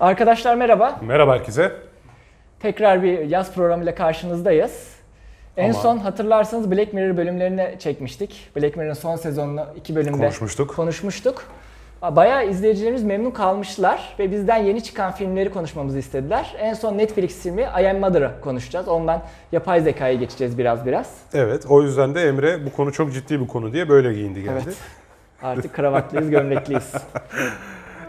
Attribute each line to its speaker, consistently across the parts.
Speaker 1: Arkadaşlar merhaba.
Speaker 2: Merhaba herkese.
Speaker 1: Tekrar bir yaz programıyla karşınızdayız. En
Speaker 2: Ama-
Speaker 1: son hatırlarsanız Black Mirror bölümlerini çekmiştik. Black Mirror'ın son sezonunu iki bölümde
Speaker 2: Konuşmuştuk.
Speaker 1: konuşmuştuk. Bayağı izleyicilerimiz memnun kalmışlar ve bizden yeni çıkan filmleri konuşmamızı istediler. En son Netflix filmi I Am Mother'ı konuşacağız. Ondan yapay zekaya geçeceğiz biraz biraz.
Speaker 2: Evet, o yüzden de Emre bu konu çok ciddi bir konu diye böyle giyindi geldi.
Speaker 1: Evet. Artık kravatlıyız, gömlekliyiz.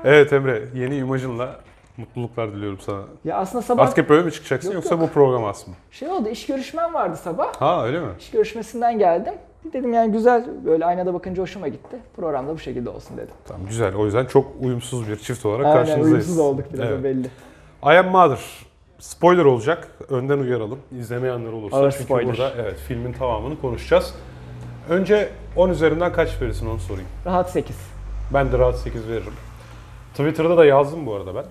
Speaker 2: Evet Emre, yeni imajınla mutluluklar diliyorum sana.
Speaker 1: Ya aslında sabah
Speaker 2: Artık hep böyle mi çıkacaksın
Speaker 1: Yok,
Speaker 2: yoksa bu program az mı?
Speaker 1: şey oldu, iş görüşmem vardı sabah.
Speaker 2: Ha öyle mi?
Speaker 1: İş görüşmesinden geldim. Dedim yani güzel böyle aynada bakınca hoşuma gitti. Programda bu şekilde olsun dedim.
Speaker 2: Tamam güzel. O yüzden çok uyumsuz bir çift olarak
Speaker 1: Aynen
Speaker 2: karşınızdayız.
Speaker 1: uyumsuz olduk biraz o
Speaker 2: Evet.
Speaker 1: belli.
Speaker 2: I Am Mother. Spoiler olacak. Önden uyaralım. İzlemeyenler olursa.
Speaker 1: Ağır
Speaker 2: çünkü
Speaker 1: spoiler.
Speaker 2: burada evet filmin tamamını konuşacağız. Önce 10 üzerinden kaç verirsin onu sorayım.
Speaker 1: Rahat 8.
Speaker 2: Ben de rahat 8 veririm. Twitter'da da yazdım bu arada ben.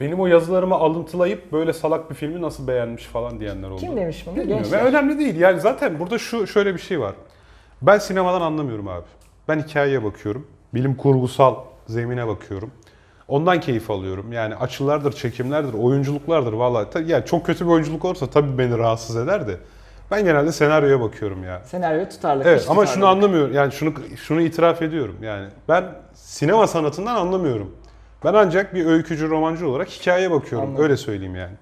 Speaker 2: Benim o yazılarımı alıntılayıp böyle salak bir filmi nasıl beğenmiş falan diyenler oldu.
Speaker 1: Kim demiş bunu?
Speaker 2: Bilmiyorum. Ve
Speaker 1: Gençler.
Speaker 2: önemli değil. Yani zaten burada şu şöyle bir şey var. Ben sinemadan anlamıyorum abi. Ben hikayeye bakıyorum. Bilim kurgusal zemine bakıyorum. Ondan keyif alıyorum. Yani açılardır, çekimlerdir, oyunculuklardır vallahi. Tabii yani çok kötü bir oyunculuk olursa tabii beni rahatsız eder de. Ben genelde senaryoya bakıyorum ya.
Speaker 1: Senaryo tutarlı.
Speaker 2: Evet
Speaker 1: hiç
Speaker 2: ama
Speaker 1: tutarlı
Speaker 2: şunu
Speaker 1: değil.
Speaker 2: anlamıyorum. Yani şunu şunu itiraf ediyorum. Yani ben sinema sanatından anlamıyorum. Ben ancak bir öykücü, romancı olarak hikayeye bakıyorum.
Speaker 1: Anladım.
Speaker 2: Öyle söyleyeyim yani.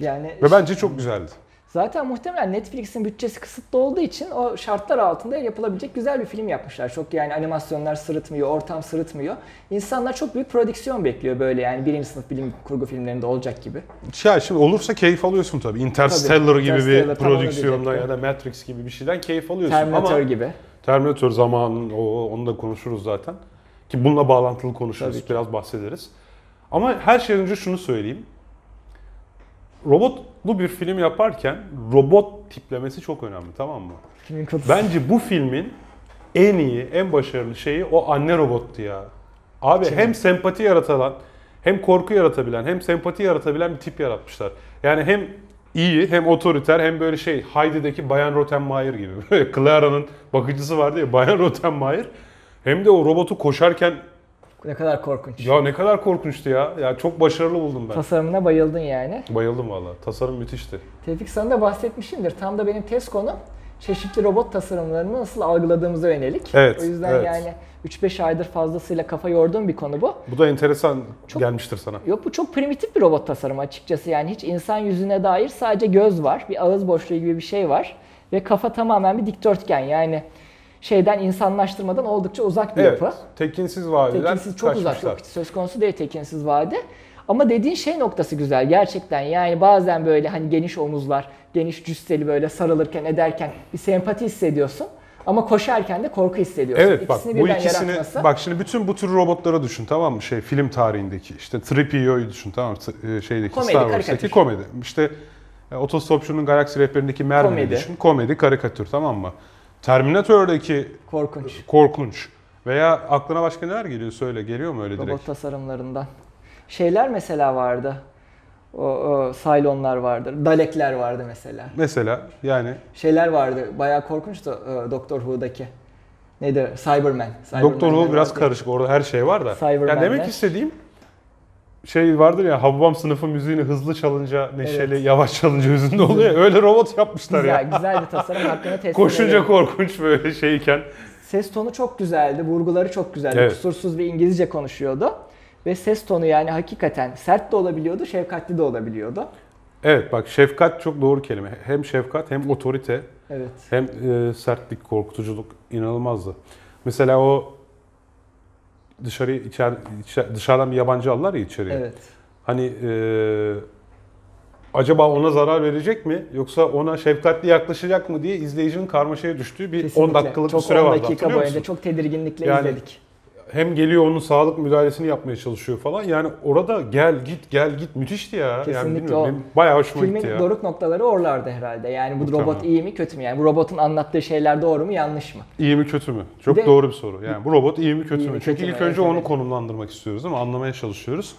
Speaker 1: Yani
Speaker 2: Ve bence çok güzeldi.
Speaker 1: zaten muhtemelen Netflix'in bütçesi kısıtlı olduğu için o şartlar altında yapılabilecek güzel bir film yapmışlar. Çok yani animasyonlar sırıtmıyor, ortam sırıtmıyor. İnsanlar çok büyük prodüksiyon bekliyor böyle yani birinci sınıf bilim kurgu filmlerinde olacak gibi.
Speaker 2: Ya şimdi olursa keyif alıyorsun tabii. Interstellar
Speaker 1: Tabii,
Speaker 2: gibi
Speaker 1: Interstellar
Speaker 2: bir
Speaker 1: tam onu
Speaker 2: prodüksiyondan ya
Speaker 1: diyecektim.
Speaker 2: da Matrix gibi bir şeyden keyif alıyorsun.
Speaker 1: Terminator
Speaker 2: Ama
Speaker 1: gibi.
Speaker 2: Terminator zamanın o onu da konuşuruz zaten. Ki bununla bağlantılı konuşuruz,
Speaker 1: Tabii ki.
Speaker 2: biraz bahsederiz. Ama her şeyden önce şunu söyleyeyim. Robotlu bir film yaparken robot tiplemesi çok önemli tamam mı?
Speaker 1: Filmin kutusu.
Speaker 2: Bence bu filmin en iyi, en başarılı şeyi o anne robottu ya. Abi hem sempati yaratan, hem korku yaratabilen, hem sempati yaratabilen bir tip yaratmışlar. Yani hem iyi, hem otoriter, hem böyle şey Heidi'deki Bayan Rottenmeier gibi. Böyle Clara'nın bakıcısı vardı ya Bayan Rottenmeier. Hem de o robotu koşarken
Speaker 1: Ne kadar korkunç.
Speaker 2: ya ne kadar korkunçtu ya. Ya çok başarılı buldum ben.
Speaker 1: Tasarımına bayıldın yani.
Speaker 2: Bayıldım valla. Tasarım müthişti.
Speaker 1: Tevfik sana da bahsetmişimdir. Tam da benim tez konum çeşitli robot tasarımlarını nasıl algıladığımıza yönelik.
Speaker 2: Evet,
Speaker 1: o yüzden
Speaker 2: evet.
Speaker 1: yani 3-5 aydır fazlasıyla kafa yorduğum bir konu bu.
Speaker 2: Bu da enteresan
Speaker 1: Çok-
Speaker 2: gelmiştir sana.
Speaker 1: Yok bu çok primitif bir robot tasarımı açıkçası. Yani hiç insan yüzüne dair sadece göz var, bir ağız boşluğu gibi bir şey var ve kafa tamamen bir dikdörtgen. Yani şeyden insanlaştırmadan oldukça uzak bir yapı.
Speaker 2: Tekinsiz vadiden
Speaker 1: Tekinsiz çok uzak.
Speaker 2: kaçmışlar.
Speaker 1: Yok, söz konusu değil tekinsiz vade. Ama dediğin şey noktası güzel gerçekten. Yani bazen böyle hani geniş omuzlar, geniş cüsseli böyle sarılırken ederken bir sempati hissediyorsun. Ama koşarken de korku hissediyorsun.
Speaker 2: Evet bak
Speaker 1: İkisini
Speaker 2: bu
Speaker 1: birden
Speaker 2: ikisini
Speaker 1: yaratması.
Speaker 2: bak şimdi bütün bu tür robotlara düşün tamam mı? Şey film tarihindeki işte 3PO'yu düşün tamam mı? T- e, Şeydeki
Speaker 1: Komedi,
Speaker 2: Star Wars'taki
Speaker 1: karikatür.
Speaker 2: komedi. İşte e, otostopçunun galaksi rehberindeki Mervin'i
Speaker 1: Komedi.
Speaker 2: düşün. Komedi, karikatür tamam mı? Terminator'daki
Speaker 1: korkunç.
Speaker 2: korkunç veya aklına başka neler geliyor söyle geliyor mu öyle direkt?
Speaker 1: Robot tasarımlarından. Şeyler mesela vardı. O, o Cylonlar vardı. Dalekler vardı mesela.
Speaker 2: Mesela yani
Speaker 1: Şeyler vardı. Bayağı korkunçtu e, Doctor Who'daki. Nedir? Cyberman.
Speaker 2: Doktor Who
Speaker 1: Cyberman'ler
Speaker 2: biraz
Speaker 1: vardı.
Speaker 2: karışık orada her şey var da.
Speaker 1: Cybermen'ler.
Speaker 2: Yani demek istediğim şey vardır ya Hababam sınıfı müziğini hızlı çalınca neşeli, yavaş çalınca hüzünlü oluyor ya öyle robot yapmışlar ya.
Speaker 1: Güzel, güzel bir tasarım hakkını teslim
Speaker 2: Koşunca
Speaker 1: ediyorum.
Speaker 2: korkunç böyle şeyken.
Speaker 1: Ses tonu çok güzeldi, vurguları çok güzeldi.
Speaker 2: Evet.
Speaker 1: Kusursuz bir İngilizce konuşuyordu. Ve ses tonu yani hakikaten sert de olabiliyordu, şefkatli de olabiliyordu.
Speaker 2: Evet bak şefkat çok doğru kelime. Hem şefkat hem otorite
Speaker 1: Evet.
Speaker 2: hem e, sertlik, korkutuculuk inanılmazdı. Mesela o dışarı içer, içer- dışarıdan bir yabancı alırlar ya içeriye.
Speaker 1: Evet.
Speaker 2: Hani e, acaba ona zarar verecek mi yoksa ona şefkatli yaklaşacak mı diye izleyicinin karmaşaya düştüğü bir 10
Speaker 1: Kesinlikle.
Speaker 2: dakikalık
Speaker 1: çok
Speaker 2: bir süre
Speaker 1: 10
Speaker 2: vardı
Speaker 1: dakika
Speaker 2: hatırlıyor
Speaker 1: boyunca
Speaker 2: musun?
Speaker 1: çok tedirginlikle
Speaker 2: Yani-
Speaker 1: izledik.
Speaker 2: Hem geliyor onun sağlık müdahalesini yapmaya çalışıyor falan. Yani orada gel git gel git müthişti ya. yani
Speaker 1: Kesinlikle
Speaker 2: bilmiyorum,
Speaker 1: o.
Speaker 2: benim bayağı hoşuma
Speaker 1: Filmin
Speaker 2: gitti ya.
Speaker 1: doruk noktaları oralardı herhalde. Yani bu
Speaker 2: Muhtemelen.
Speaker 1: robot iyi mi kötü mü? Yani bu robotun anlattığı şeyler doğru mu yanlış mı?
Speaker 2: İyi mi kötü mü? Çok
Speaker 1: Bir de-
Speaker 2: doğru bir soru. Yani bu robot iyi mi kötü
Speaker 1: İyi
Speaker 2: mü?
Speaker 1: mi,
Speaker 2: Çünkü
Speaker 1: kötü mü?
Speaker 2: ilk
Speaker 1: Evet,
Speaker 2: önce onu
Speaker 1: evet.
Speaker 2: konumlandırmak istiyoruz değil mi? Anlamaya çalışıyoruz.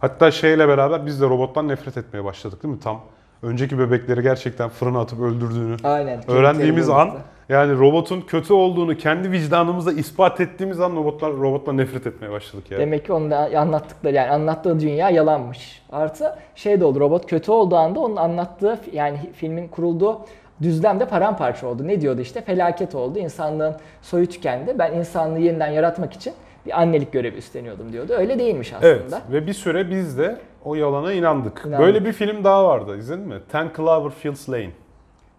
Speaker 2: Hatta şeyle beraber biz de robottan nefret etmeye başladık değil mi? Tam önceki bebekleri gerçekten fırına atıp öldürdüğünü
Speaker 1: Aynen.
Speaker 2: öğrendiğimiz
Speaker 1: Kemikleri
Speaker 2: an
Speaker 1: bulmakta.
Speaker 2: Yani robotun kötü olduğunu kendi vicdanımızla ispat ettiğimiz an robotlar robottan nefret etmeye başladık ya.
Speaker 1: Demek ki onun da anlattıkları yani anlattığı dünya yalanmış. Artı şey de oldu robot kötü olduğu anda onun anlattığı yani filmin kurulduğu düzlem de paramparça oldu. Ne diyordu işte felaket oldu. İnsanlığın soyu tükendi. Ben insanlığı yeniden yaratmak için bir annelik görevi üstleniyordum diyordu. Öyle değilmiş
Speaker 2: Evet
Speaker 1: aslında.
Speaker 2: ve bir süre biz de o yalana inandık.
Speaker 1: İnandık.
Speaker 2: Böyle bir film daha vardı izledin mi? Ten Cloverfield Lane.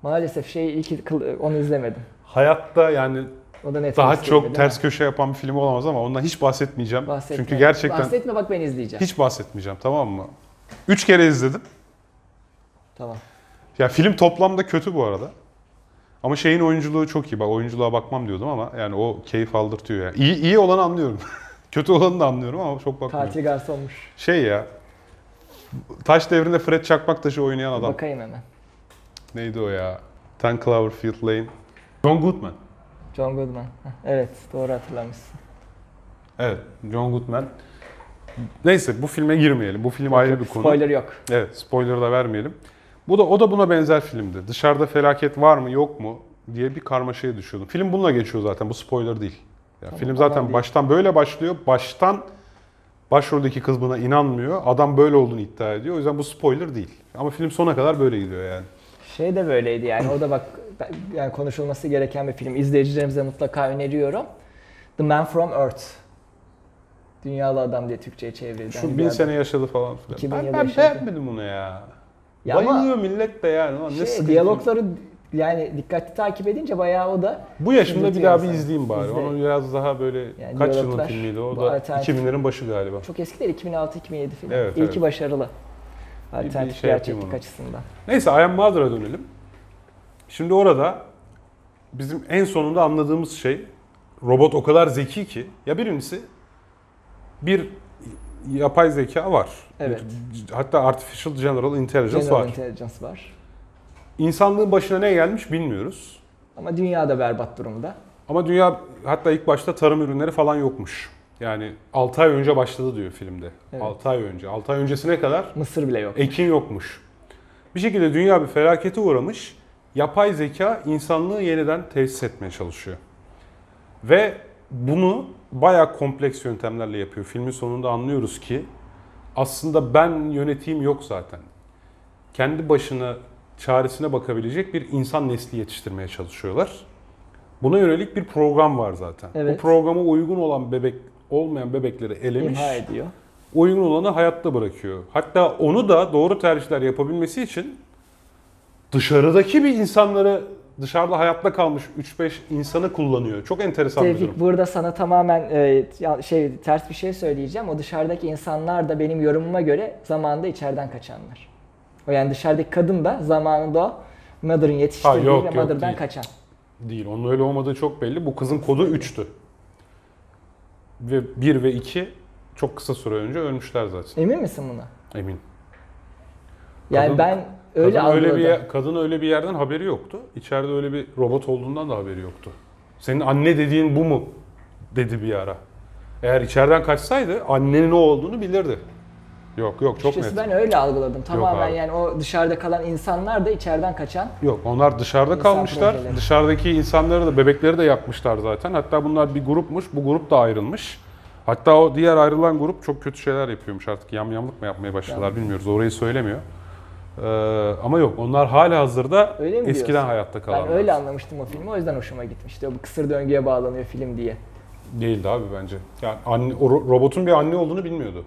Speaker 1: Maalesef şey ilk kıl- onu izlemedim.
Speaker 2: Hayatta yani
Speaker 1: O da Netflix'te.
Speaker 2: daha çok
Speaker 1: değil mi?
Speaker 2: ters köşe yapan bir film olamaz ama ondan hiç bahsetmeyeceğim.
Speaker 1: Bahsetme.
Speaker 2: Çünkü gerçekten
Speaker 1: Bahsetme bak ben izleyeceğim.
Speaker 2: hiç bahsetmeyeceğim tamam mı? Üç kere izledim.
Speaker 1: Tamam.
Speaker 2: Ya film toplamda kötü bu arada. Ama şeyin oyunculuğu çok iyi. Bak oyunculuğa bakmam diyordum ama yani o keyif aldırtıyor ya. İyi, iyi olanı anlıyorum. kötü olanı da anlıyorum ama çok bakmıyorum.
Speaker 1: Tatil garsonmuş.
Speaker 2: Şey ya. Taş devrinde Fred Çakmaktaş'ı oynayan adam.
Speaker 1: Bakayım hemen.
Speaker 2: Neydi o ya? Ten Cloverfield Lane. John Goodman.
Speaker 1: John Goodman. Heh, Evet doğru hatırlamışsın.
Speaker 2: Evet, John Goodman. Neyse bu filme girmeyelim. Bu film ayrı bir konu.
Speaker 1: Spoiler yok.
Speaker 2: Evet, spoiler da vermeyelim. Bu da o da buna benzer filmdi. Dışarıda felaket var mı, yok mu diye bir karmaşaya düşüyordum. Film bununla geçiyor zaten. Bu spoiler değil. Ya
Speaker 1: Tamam,
Speaker 2: film
Speaker 1: aman
Speaker 2: zaten
Speaker 1: değil.
Speaker 2: baştan böyle başlıyor. Baştan başroldeki kız buna inanmıyor. Adam böyle olduğunu iddia ediyor. O yüzden bu spoiler değil. Ama film sona kadar böyle gidiyor yani.
Speaker 1: Şey de böyleydi yani o da bak ben- yani konuşulması gereken bir film. İzleyicilerimize mutlaka öneriyorum. The Man From Earth. Dünyalı Adam diye Türkçe'ye çevrildi.
Speaker 2: Şu
Speaker 1: Hani bir
Speaker 2: bin
Speaker 1: adam-
Speaker 2: sene yaşadı falan filan.
Speaker 1: 2000
Speaker 2: Ben,
Speaker 1: yıl
Speaker 2: ben
Speaker 1: yaşadı.
Speaker 2: beğenmedim bunu ya.
Speaker 1: Ya ama
Speaker 2: Bayılıyor millet de yani. Lan ne
Speaker 1: şey,
Speaker 2: sıkıntı.
Speaker 1: diyalogları yani dikkatli takip edince bayağı o da
Speaker 2: Bu yaşımda bir
Speaker 1: Üzüntü
Speaker 2: daha bir
Speaker 1: yansın.
Speaker 2: izleyeyim bari.
Speaker 1: İzle.
Speaker 2: Onu biraz daha böyle
Speaker 1: Yani
Speaker 2: kaç yılın
Speaker 1: diyaloglar,
Speaker 2: filmiydi
Speaker 1: bu
Speaker 2: o da
Speaker 1: alternatif-
Speaker 2: 2000'lerin başı galiba.
Speaker 1: çok eski değil 2006-2007 film.
Speaker 2: Evet,
Speaker 1: İlki
Speaker 2: evet.
Speaker 1: başarılı.
Speaker 2: bir
Speaker 1: Alternatif
Speaker 2: şey yapayım
Speaker 1: gerçeklik
Speaker 2: ona.
Speaker 1: açısından.
Speaker 2: Neyse Ian Mother'a dönelim. Şimdi orada bizim en sonunda anladığımız şey robot o kadar zeki ki ya birincisi bir yapay zeka var.
Speaker 1: Evet.
Speaker 2: Bir- hatta artificial general intelligence
Speaker 1: General
Speaker 2: var.
Speaker 1: Intelligence var.
Speaker 2: İnsanlığın başına ne gelmiş bilmiyoruz.
Speaker 1: Ama dünya da berbat durumda.
Speaker 2: Ama dünya hatta ilk başta tarım ürünleri falan yokmuş. Yani 6 ay önce başladı diyor filmde.
Speaker 1: Evet.
Speaker 2: 6 ay önce. 6 ay öncesine kadar
Speaker 1: Mısır bile yok.
Speaker 2: Ekin yokmuş. Bir şekilde dünya bir felakete uğramış. Yapay zeka insanlığı yeniden tesis etmeye çalışıyor. Ve bunu bayağı kompleks yöntemlerle yapıyor. Filmin sonunda anlıyoruz ki aslında ben yöneteyim yok zaten. Kendi başına çaresine bakabilecek bir insan nesli yetiştirmeye çalışıyorlar. Buna yönelik bir program var zaten.
Speaker 1: Evet.
Speaker 2: Bu programa uygun olan bebek olmayan bebekleri elemiş
Speaker 1: İmha ediyor.
Speaker 2: uygun olanı hayatta bırakıyor. Hatta onu da doğru tercihler yapabilmesi için dışarıdaki bir insanları dışarıda hayatta kalmış 3-5 insanı kullanıyor. Çok enteresan bir durum.
Speaker 1: Tevfik burada sana tamamen e, ya- şey ters bir şey söyleyeceğim. O dışarıdaki insanlar da benim yorumuma göre zamanında içeriden kaçanlar. O yani dışarıdaki kadın da zamanında o Mother'ın
Speaker 2: Ha,
Speaker 1: yetiştirdiği
Speaker 2: yok,
Speaker 1: ve
Speaker 2: yok,
Speaker 1: Mother'dan
Speaker 2: değil.
Speaker 1: kaçan.
Speaker 2: Değil. Onun öyle olmadığı çok belli. Bu kızın kodu 3'tü. Ve 1 ve 2 çok kısa süre önce ölmüşler zaten.
Speaker 1: Emin misin buna?
Speaker 2: Emin.
Speaker 1: Yani
Speaker 2: Kadın-
Speaker 1: ben öyle
Speaker 2: kadın
Speaker 1: anladım.
Speaker 2: öyle bir ye- kadın öyle bir yerden haberi yoktu. İçeride öyle bir robot olduğundan da haberi yoktu. Senin anne dediğin bu mu? dedi bir ara. Eğer içeriden kaçsaydı annenin ne olduğunu bilirdi. Yok yok çok
Speaker 1: Açıkçası
Speaker 2: net.
Speaker 1: ben öyle algıladım. Tamamen
Speaker 2: abi.
Speaker 1: yani o dışarıda kalan insanlar da içeriden kaçan.
Speaker 2: Yok onlar dışarıda
Speaker 1: İnsan
Speaker 2: kalmışlar.
Speaker 1: projeleri.
Speaker 2: Dışarıdaki insanları da bebekleri de yakmışlar zaten. Hatta bunlar bir grupmuş. Bu grup da ayrılmış. Hatta o diğer ayrılan grup çok kötü şeyler yapıyormuş artık. Yamyamlık mı yapmaya başladılar bilmiyoruz. Orayı söylemiyor. Ee, ama yok onlar hala hazırda
Speaker 1: Öyle mi
Speaker 2: eskiden
Speaker 1: diyorsun?
Speaker 2: hayatta kalanlar.
Speaker 1: Ben öyle anlamıştım o filmi. O yüzden hoşuma gitmişti. O bu kısır döngüye bağlanıyor film diye.
Speaker 2: Değildi abi bence. Yani anne, o ro- robotun bir anne olduğunu bilmiyordu.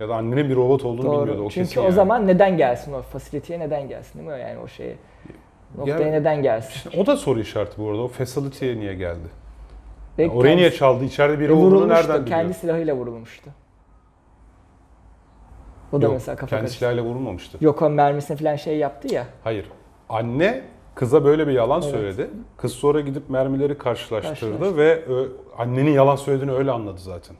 Speaker 2: Ya da annenin bir robot olduğunu bilmiyordu. O
Speaker 1: Çünkü
Speaker 2: kesin
Speaker 1: o
Speaker 2: yani.
Speaker 1: zaman neden gelsin o fasiliteye neden gelsin değil mi? Yani o şeye noktaya
Speaker 2: Yani-
Speaker 1: neden gelsin?
Speaker 2: O da soru işareti bu arada. O facility'ye niye geldi?
Speaker 1: Belki
Speaker 2: Oraya niye
Speaker 1: kendisi-
Speaker 2: çaldı? İçeride biri
Speaker 1: E,
Speaker 2: olduğunu
Speaker 1: vurulmuştu.
Speaker 2: nereden biliyor?
Speaker 1: Kendi silahıyla vurulmuştu. O da
Speaker 2: Yok,
Speaker 1: mesela kafa
Speaker 2: kendi
Speaker 1: karıştı.
Speaker 2: silahıyla vurulmamıştı.
Speaker 1: Yok o mermisini falan şey yaptı ya.
Speaker 2: Hayır. Anne kıza böyle bir yalan
Speaker 1: Evet.
Speaker 2: söyledi. Kız sonra gidip mermileri karşılaştırdı
Speaker 1: Karşılaştı.
Speaker 2: ve ö, annenin yalan söylediğini öyle anladı zaten.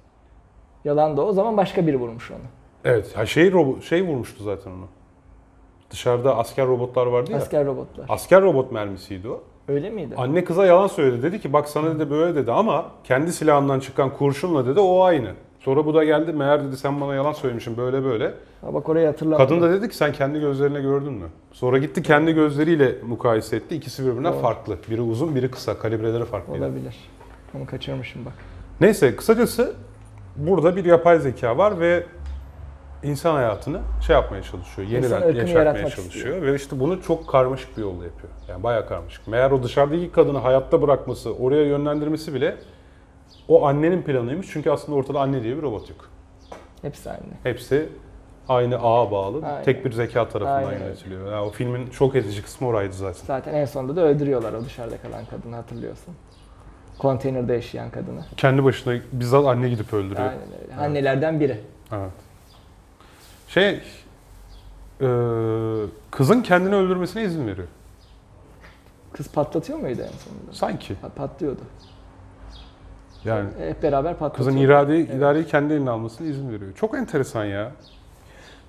Speaker 1: Yalan da o. O zaman başka biri vurmuş onu.
Speaker 2: Evet. Ha şey robo- şey vurmuştu zaten onu. Dışarıda asker robotlar vardı ya. Asker,
Speaker 1: Asker robotlar.
Speaker 2: robot mermisiydi o.
Speaker 1: Öyle miydi?
Speaker 2: Anne kıza yalan söyledi. Dedi ki bak sana dedi böyle dedi ama kendi silahından çıkan kurşunla dedi o aynı. Sonra bu da geldi meğer dedi sen bana yalan söylemişsin böyle böyle.
Speaker 1: Ha Bak orayı hatırlamadım.
Speaker 2: Kadın da dedi ki sen kendi gözlerine gördün mü? Sonra gitti kendi gözleriyle mukayese etti. İkisi birbirinden
Speaker 1: Doğru.
Speaker 2: farklı. Biri uzun biri kısa. Kalibreleri farklıydı.
Speaker 1: Olabilir. Onu kaçırmışım bak.
Speaker 2: Neyse kısacası burada bir yapay zeka var ve insan hayatını şey yapmaya çalışıyor.
Speaker 1: İnsan
Speaker 2: Yeniden
Speaker 1: ırkını
Speaker 2: yaşatmaya
Speaker 1: yaratmak
Speaker 2: çalışıyor. Ve işte bunu çok karmaşık bir yolla yapıyor. Yani bayağı karmaşık. Meğer o dışarıdaki kadını hayatta bırakması, oraya yönlendirmesi bile o annenin planıymış. Çünkü aslında ortada anne diye bir robot yok.
Speaker 1: Hepsi aynı.
Speaker 2: Hepsi aynı ağa bağlı.
Speaker 1: Aynen.
Speaker 2: Tek bir zeka tarafından
Speaker 1: Aynen.
Speaker 2: yönetiliyor. Ya o filmin şok edici kısmı oraydı zaten.
Speaker 1: Zaten en sonunda da öldürüyorlar o dışarıda kalan kadını hatırlıyorsun. Konteynerde yaşayan kadını.
Speaker 2: Kendi başına bizzat anne gidip öldürüyor.
Speaker 1: Aynen öyle. Annelerden biri.
Speaker 2: Evet. Şey, e, kızın kendini öldürmesine izin veriyor.
Speaker 1: Kız patlatıyor muydu en sonunda?
Speaker 2: Sanki.
Speaker 1: Ha, patlıyordu.
Speaker 2: Yani
Speaker 1: Hep beraber patlatıyor.
Speaker 2: kızın iradeyi, iradeyi kendi eline almasına izin veriyor. Çok enteresan ya.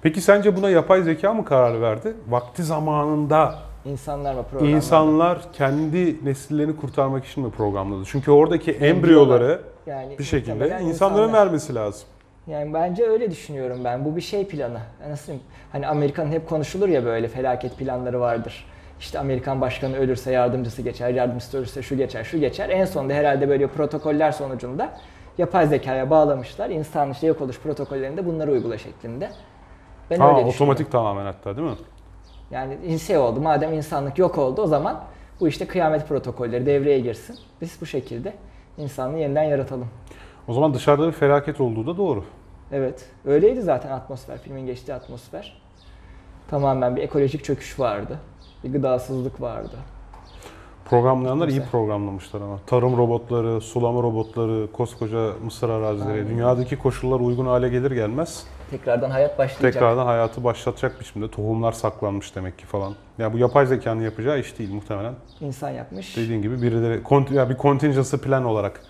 Speaker 2: Peki sence buna yapay zeka mı karar verdi? Vakti zamanında
Speaker 1: İnsanlar var programda.
Speaker 2: insanlar kendi nesillerini kurtarmak için mi programladı? Çünkü oradaki embriyoları
Speaker 1: yani
Speaker 2: bir şekilde
Speaker 1: muhtemelen
Speaker 2: insanlara
Speaker 1: insanlar.
Speaker 2: vermesi lazım.
Speaker 1: Yani bence öyle düşünüyorum ben. Bu bir şey planı. Nasıl diyeyim? Hani Amerika'nın hep konuşulur ya böyle felaket planları vardır. İşte Amerikan başkanı ölürse yardımcısı geçer, yardımcısı ölürse şu geçer, şu geçer. En sonunda herhalde böyle protokoller sonucunda yapay zekaya bağlamışlar. İnsan işte yok oluş protokollerinde bunları uygula şeklinde. Ben
Speaker 2: Ha,
Speaker 1: öyle düşünüyorum.
Speaker 2: otomatik tamamen hatta değil mi?
Speaker 1: Yani inse oldu. Madem insanlık yok oldu o zaman bu işte kıyamet protokolleri devreye girsin. Biz bu şekilde insanlığı yeniden yaratalım.
Speaker 2: O zaman dışarıda bir felaket olduğu da doğru.
Speaker 1: Evet. Öyleydi zaten atmosfer. Filmin geçtiği atmosfer. Tamamen bir ekolojik çöküş vardı. Bir gıdasızlık vardı.
Speaker 2: Programlayanlar iyi
Speaker 1: Güzel.
Speaker 2: programlamışlar ama. Tarım robotları, sulama robotları, koskoca mısır arazileri,
Speaker 1: Aynen.
Speaker 2: dünyadaki koşullar uygun hale gelir gelmez
Speaker 1: Tekrardan hayat başlayacak.
Speaker 2: tekrardan hayatı başlatacak biçimde tohumlar saklanmış demek ki falan. Ya bu yapay zekanın yapacağı iş değil muhtemelen.
Speaker 1: İnsan yapmış.
Speaker 2: Dediğin gibi birileri kont- ya bir contingency plan olarak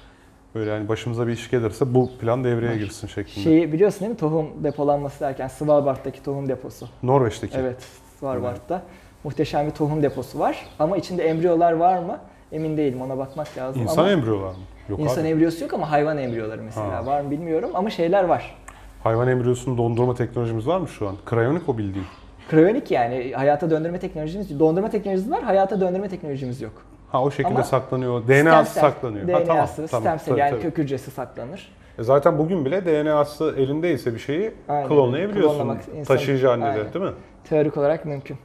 Speaker 2: böyle yani başımıza bir iş gelirse bu plan devreye girsin şeklinde.
Speaker 1: Şeyi biliyorsun değil mi? Tohum depolanması derken Svalbard'daki tohum deposu.
Speaker 2: Norveç'teki.
Speaker 1: Evet. Svalbard'da muhteşem bir tohum deposu var. Ama içinde embriyolar var mı? Emin değilim. Ona bakmak lazım.
Speaker 2: İnsan
Speaker 1: ama
Speaker 2: embriyolar mı? Yok
Speaker 1: insan
Speaker 2: abi.
Speaker 1: embriyosu yok ama hayvan embriyoları mesela
Speaker 2: Ha.
Speaker 1: var mı bilmiyorum ama şeyler var.
Speaker 2: Hayvan embriyosunu dondurma teknolojimiz var mı şu an? Krayonik o bildiğin.
Speaker 1: Krayonik yani hayata döndürme teknolojimiz, dondurma teknolojimiz var, hayata döndürme teknolojimiz yok.
Speaker 2: Ha o şekilde
Speaker 1: Ama
Speaker 2: saklanıyor. DNA'sı
Speaker 1: Stem cell-
Speaker 2: saklanıyor.
Speaker 1: DNA'sı,
Speaker 2: ha, tamam,
Speaker 1: stem
Speaker 2: tamam.
Speaker 1: cell,
Speaker 2: Tabii,
Speaker 1: yani
Speaker 2: tabii.
Speaker 1: kök hücresi saklanır.
Speaker 2: E Zaten bugün bile DNA'sı elindeyse bir şeyi
Speaker 1: Aynen.
Speaker 2: klonlayabiliyorsun.
Speaker 1: Klonlamak insan-
Speaker 2: Taşıyıcı annede
Speaker 1: Aynen.
Speaker 2: değil mi?
Speaker 1: Teorik olarak mümkün.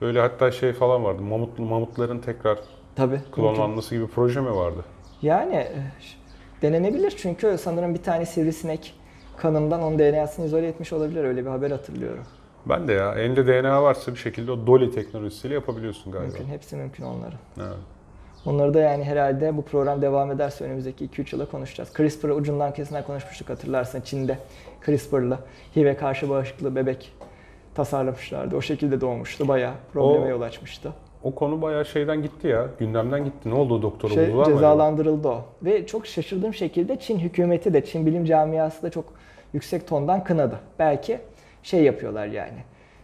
Speaker 2: Öyle hatta şey falan vardı. Mamut, mamutların tekrar
Speaker 1: Tabii. mümkün.
Speaker 2: klonlanması gibi proje mi vardı?
Speaker 1: Yani e, ş- denenebilir çünkü sanırım bir tane sivrisinek kanından onun DNA'sını izole etmiş olabilir. Öyle bir haber hatırlıyorum.
Speaker 2: Ben de ya. Elinde DNA varsa bir şekilde o Dolly teknolojisiyle yapabiliyorsun galiba.
Speaker 1: Mümkün. Hepsi mümkün onların.
Speaker 2: Ha.
Speaker 1: Onları da yani herhalde bu program devam ederse önümüzdeki 2-3 yıla konuşacağız. CRISPR'ı ucundan kesinden konuşmuştuk hatırlarsın Çin'de. CRISPR'la hive karşı bağışıklı bebek tasarlamışlardı. O şekilde doğmuştu. Bayağı probleme
Speaker 2: O-
Speaker 1: yol açmıştı.
Speaker 2: O konu bayağı şeyden gitti ya. Gündemden gitti. Ne oldu o doktora
Speaker 1: Şey,
Speaker 2: buldular mı?
Speaker 1: cezalandırıldı o. Ve çok şaşırdığım şekilde Çin hükümeti de, Çin bilim camiası da çok yüksek tondan kınadı. Belki şey yapıyorlar yani.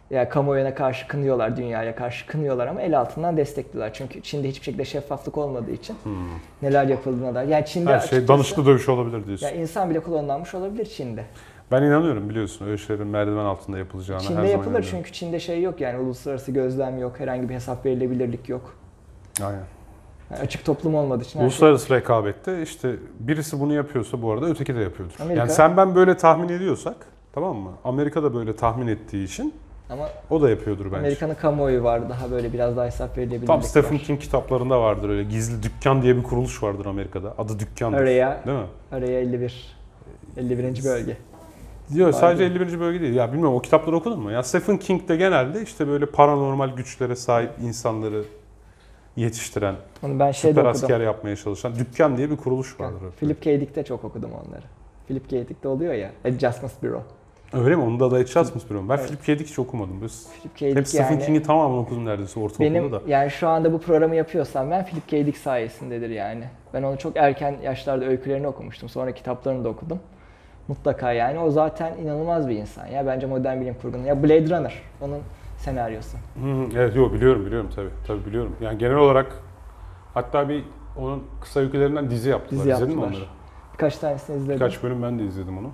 Speaker 1: Ya kamuoyuna karşı kınıyorlar, dünyaya karşı kınıyorlar ama el altından destekliyorlar. Çünkü Çin'de hiçbir şekilde şeffaflık olmadığı için
Speaker 2: Hmm.
Speaker 1: neler yapıldığına da. Yani Çin'de
Speaker 2: Her şey
Speaker 1: açıkçası-
Speaker 2: danışıklı dövüş olabilir diyorsun.
Speaker 1: ya insan bile klonlanmış olabilir Çin'de.
Speaker 2: Ben inanıyorum biliyorsun öyle şeylerin merdiven altında yapılacağına her
Speaker 1: Çin'de
Speaker 2: zaman
Speaker 1: yapılır
Speaker 2: inanıyorum.
Speaker 1: çünkü Çin'de şey yok yani uluslararası gözlem yok, herhangi bir hesap verilebilirlik yok.
Speaker 2: Aynen.
Speaker 1: Yani açık toplum olmadığı için. her şey-
Speaker 2: Uluslararası rekabette işte birisi bunu yapıyorsa bu arada öteki de yapıyordur.
Speaker 1: Amerika-
Speaker 2: Yani sen ben böyle tahmin ediyorsak tamam mı? Amerika da böyle tahmin ettiği için
Speaker 1: Ama
Speaker 2: o da yapıyordur bence.
Speaker 1: Amerika'nın kamuoyu var daha böyle biraz daha hesap verilebilirlik
Speaker 2: Tam
Speaker 1: var.
Speaker 2: Stephen King kitaplarında vardır öyle gizli dükkan diye bir kuruluş vardır Amerika'da. Adı dükkandır.
Speaker 1: Araya,
Speaker 2: Değil mi?
Speaker 1: araya 51. 51. bölge.
Speaker 2: Diyor sadece
Speaker 1: Vardı.
Speaker 2: 51. bölge değil. Ya bilmiyorum o kitapları okudun mu? Ya Stephen King de genelde işte böyle paranormal güçlere sahip insanları yetiştiren,
Speaker 1: Onu ben şeyde
Speaker 2: süper
Speaker 1: şey okudum.
Speaker 2: asker yapmaya çalışan dükkan diye bir kuruluş vardır.
Speaker 1: Philip K. Dick'te çok okudum onları. Philip K. Dick'te oluyor ya. Adjustment Bureau.
Speaker 2: Öyle mi? Onu da adayacağız mı bilmiyorum. Ben
Speaker 1: Evet.
Speaker 2: Philip K. Dick hiç okumadım. Biz
Speaker 1: Philip K. Dick
Speaker 2: Hep Stephen
Speaker 1: yani
Speaker 2: King'i tamamen okudum neredeyse ortaokulda
Speaker 1: benim
Speaker 2: da.
Speaker 1: yani şu anda bu programı yapıyorsam ben Philip K. Dick sayesindedir yani. Ben onu çok erken yaşlarda öykülerini okumuştum. Sonra kitaplarını da okudum. Mutlaka yani o zaten inanılmaz bir insan ya. Bence modern bilim kurgunun. Ya Blade Runner onun senaryosu.
Speaker 2: Hı, evet yok biliyorum biliyorum tabii. Tabii biliyorum. Yani genel olarak hatta bir onun kısa öykülerinden dizi yaptılar.
Speaker 1: Dizi
Speaker 2: İzledin mi
Speaker 1: yaptılar.
Speaker 2: onları?
Speaker 1: Birkaç tanesini izledim.
Speaker 2: Birkaç bölüm ben de izledim onu.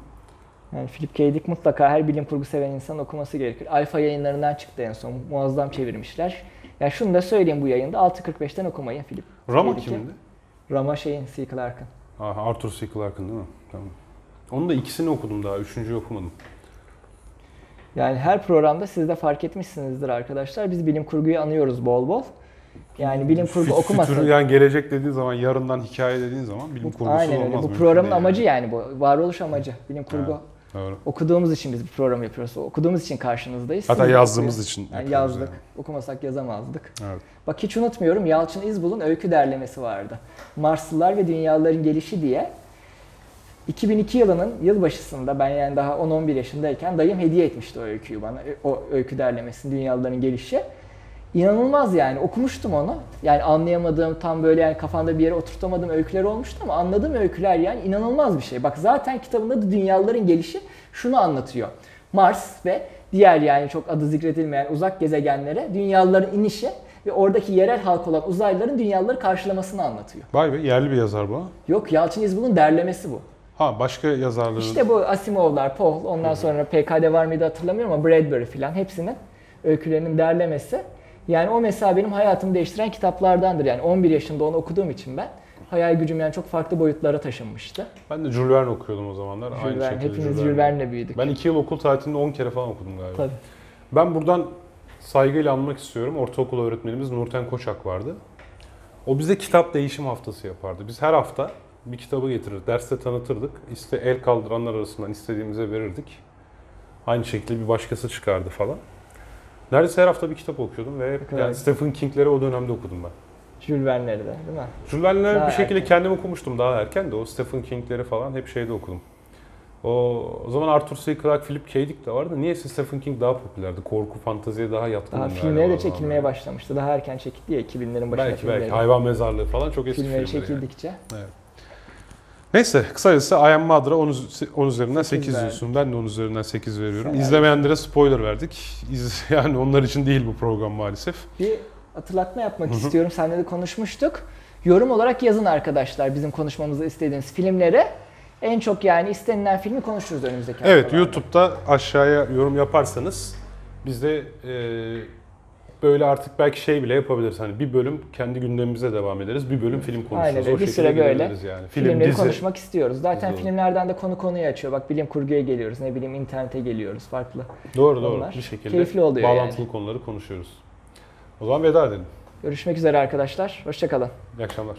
Speaker 1: Yani Philip K. Dick mutlaka her bilim kurgu seven insanın okuması gerekir. Alfa yayınlarından çıktı en son. Muazzam çevirmişler. Yani şunu da söyleyeyim bu yayında. 6.45'ten okumayın Philip.
Speaker 2: Rama
Speaker 1: Dick'i.
Speaker 2: kimdi?
Speaker 1: Rama şeyin, C. Clarke'ın.
Speaker 2: Aha, Arthur C. Clarke'ın değil mi? Tamam. Onun da ikisini okudum daha. Üçüncüyü okumadım.
Speaker 1: Yani her programda siz de fark etmişsinizdir arkadaşlar. Biz bilim kurguyu anıyoruz bol bol. Yani bilim kurgu
Speaker 2: Fü- fütür-
Speaker 1: okumasın.
Speaker 2: yani gelecek dediğin zaman, yarından hikaye dediğin zaman bilim kurgusu olmaz.
Speaker 1: Aynen öyle. Bu
Speaker 2: mümkün
Speaker 1: programın
Speaker 2: değil
Speaker 1: amacı
Speaker 2: yani.
Speaker 1: yani bu. Varoluş amacı. Bilim kurgu.
Speaker 2: Evet. Doğru.
Speaker 1: Okuduğumuz için biz bu programı yapıyoruz. Okuduğumuz için karşınızdayız.
Speaker 2: Hatta
Speaker 1: Siz de
Speaker 2: yazdığımız
Speaker 1: okuyun.
Speaker 2: için
Speaker 1: Yani
Speaker 2: yapıyoruz
Speaker 1: yazdık.
Speaker 2: yani.
Speaker 1: Okumasak yazamazdık.
Speaker 2: Evet.
Speaker 1: Bak hiç unutmuyorum Yalçın İzbul'un öykü derlemesi vardı. Marslılar ve Dünyalıların Gelişi diye. 2002 yılının yılbaşısında ben yani daha 10-11 yaşındayken dayım hediye etmişti o öyküyü bana. Ö- O öykü derlemesini Dünyalıların Gelişi. İnanılmaz yani okumuştum onu. Yani anlayamadığım tam böyle yani kafamda bir yere oturtamadığım öyküler olmuştu ama anladığım öyküler yani inanılmaz bir şey. Bak zaten kitabında da Dünyalıların Gelişi şunu anlatıyor. Mars ve diğer yani çok adı zikredilmeyen uzak gezegenlere dünyaların inişi ve oradaki yerel halk olan uzaylıların dünyaları karşılamasını anlatıyor.
Speaker 2: Vay be yerli bir yazar bu. ha.
Speaker 1: Yok Yalçın İzbul'un derlemesi bu.
Speaker 2: Ha başka yazarların.
Speaker 1: İşte bu Asimovlar, Pohl, ondan sonra PKD var mıydı hatırlamıyorum ama Bradbury filan hepsinin öykülerinin derlemesi. Yani o mesela benim hayatımı değiştiren kitaplardandır. Yani 11 yaşında onu okuduğum için ben hayal gücüm yani çok farklı boyutlara taşınmıştı.
Speaker 2: Ben de Jules Verne okuyordum o zamanlar.
Speaker 1: Jules
Speaker 2: Aynı
Speaker 1: Verne,
Speaker 2: şekilde
Speaker 1: hepimiz
Speaker 2: Jules Verne.
Speaker 1: Jules Verne'le büyüdük.
Speaker 2: Ben iki yıl okul tatilinde 10 kere falan okudum galiba.
Speaker 1: Tabii.
Speaker 2: Ben buradan saygıyla anmak istiyorum. Ortaokul öğretmenimiz Nurten Koçak vardı. O bize kitap değişim haftası yapardı. Biz her hafta bir kitabı getirir, derste tanıtırdık. İşte el kaldıranlar arasından istediğimize verirdik. Aynı şekilde bir başkası çıkardı falan. Neredeyse her hafta bir kitap okuyordum ve hep
Speaker 1: kadar.
Speaker 2: yani Stephen King'leri o dönemde okudum ben.
Speaker 1: Jules Verne'leri de değil mi?
Speaker 2: Jules Verne'leri
Speaker 1: Daha
Speaker 2: bir şekilde
Speaker 1: erken.
Speaker 2: kendim okumuştum daha erken de o Stephen King'leri falan hep şeyde okudum. O, o zaman Arthur C. Clarke, Philip K. Dick de vardı. Niyeyse Stephen King daha popülerdi. Korku, fanteziye daha yatkın.
Speaker 1: Daha filmleri de çekilmeye başlamıştı. Daha erken çekildi ya 2000'lerin başında
Speaker 2: Belki
Speaker 1: filmleri.
Speaker 2: belki. Hayvan mezarlığı falan çok eski
Speaker 1: filmleri
Speaker 2: filmleri. yani.
Speaker 1: çekildikçe.
Speaker 2: Neyse kısacası I Am Madra 10, üzerinden 8
Speaker 1: verdim.
Speaker 2: diyorsun. Ben de 10 üzerinden 8 veriyorum.
Speaker 1: Helal
Speaker 2: İzlemeyenlere spoiler verdik. İz- yani onlar için değil bu program maalesef.
Speaker 1: Bir hatırlatma yapmak istiyorum. Seninle de konuşmuştuk. Yorum olarak yazın arkadaşlar bizim konuşmamızı istediğiniz filmleri. En çok yani istenilen filmi konuşuruz önümüzdeki
Speaker 2: Evet
Speaker 1: haftalarda.
Speaker 2: YouTube'da aşağıya yorum yaparsanız biz de e, böyle artık belki şey bile yapabiliriz. Hani bir bölüm kendi gündemimize devam ederiz. Bir bölüm film konuşuruz.
Speaker 1: Aynen öyle.
Speaker 2: O
Speaker 1: Bir
Speaker 2: şekilde
Speaker 1: süre böyle
Speaker 2: gidebiliriz yani. Film,
Speaker 1: Filmleri
Speaker 2: dizi.
Speaker 1: konuşmak istiyoruz. Zaten
Speaker 2: Dizi.
Speaker 1: filmlerden de konu konuyu açıyor. Bak bilim kurguya geliyoruz, ne bileyim internete geliyoruz farklı.
Speaker 2: Doğru doğru.
Speaker 1: Onlar
Speaker 2: Bir şekilde
Speaker 1: keyifli oluyor
Speaker 2: bağlantılı konuları konuşuyoruz. O zaman veda edelim.
Speaker 1: Görüşmek üzere arkadaşlar. Hoşçakalın.
Speaker 2: İyi akşamlar.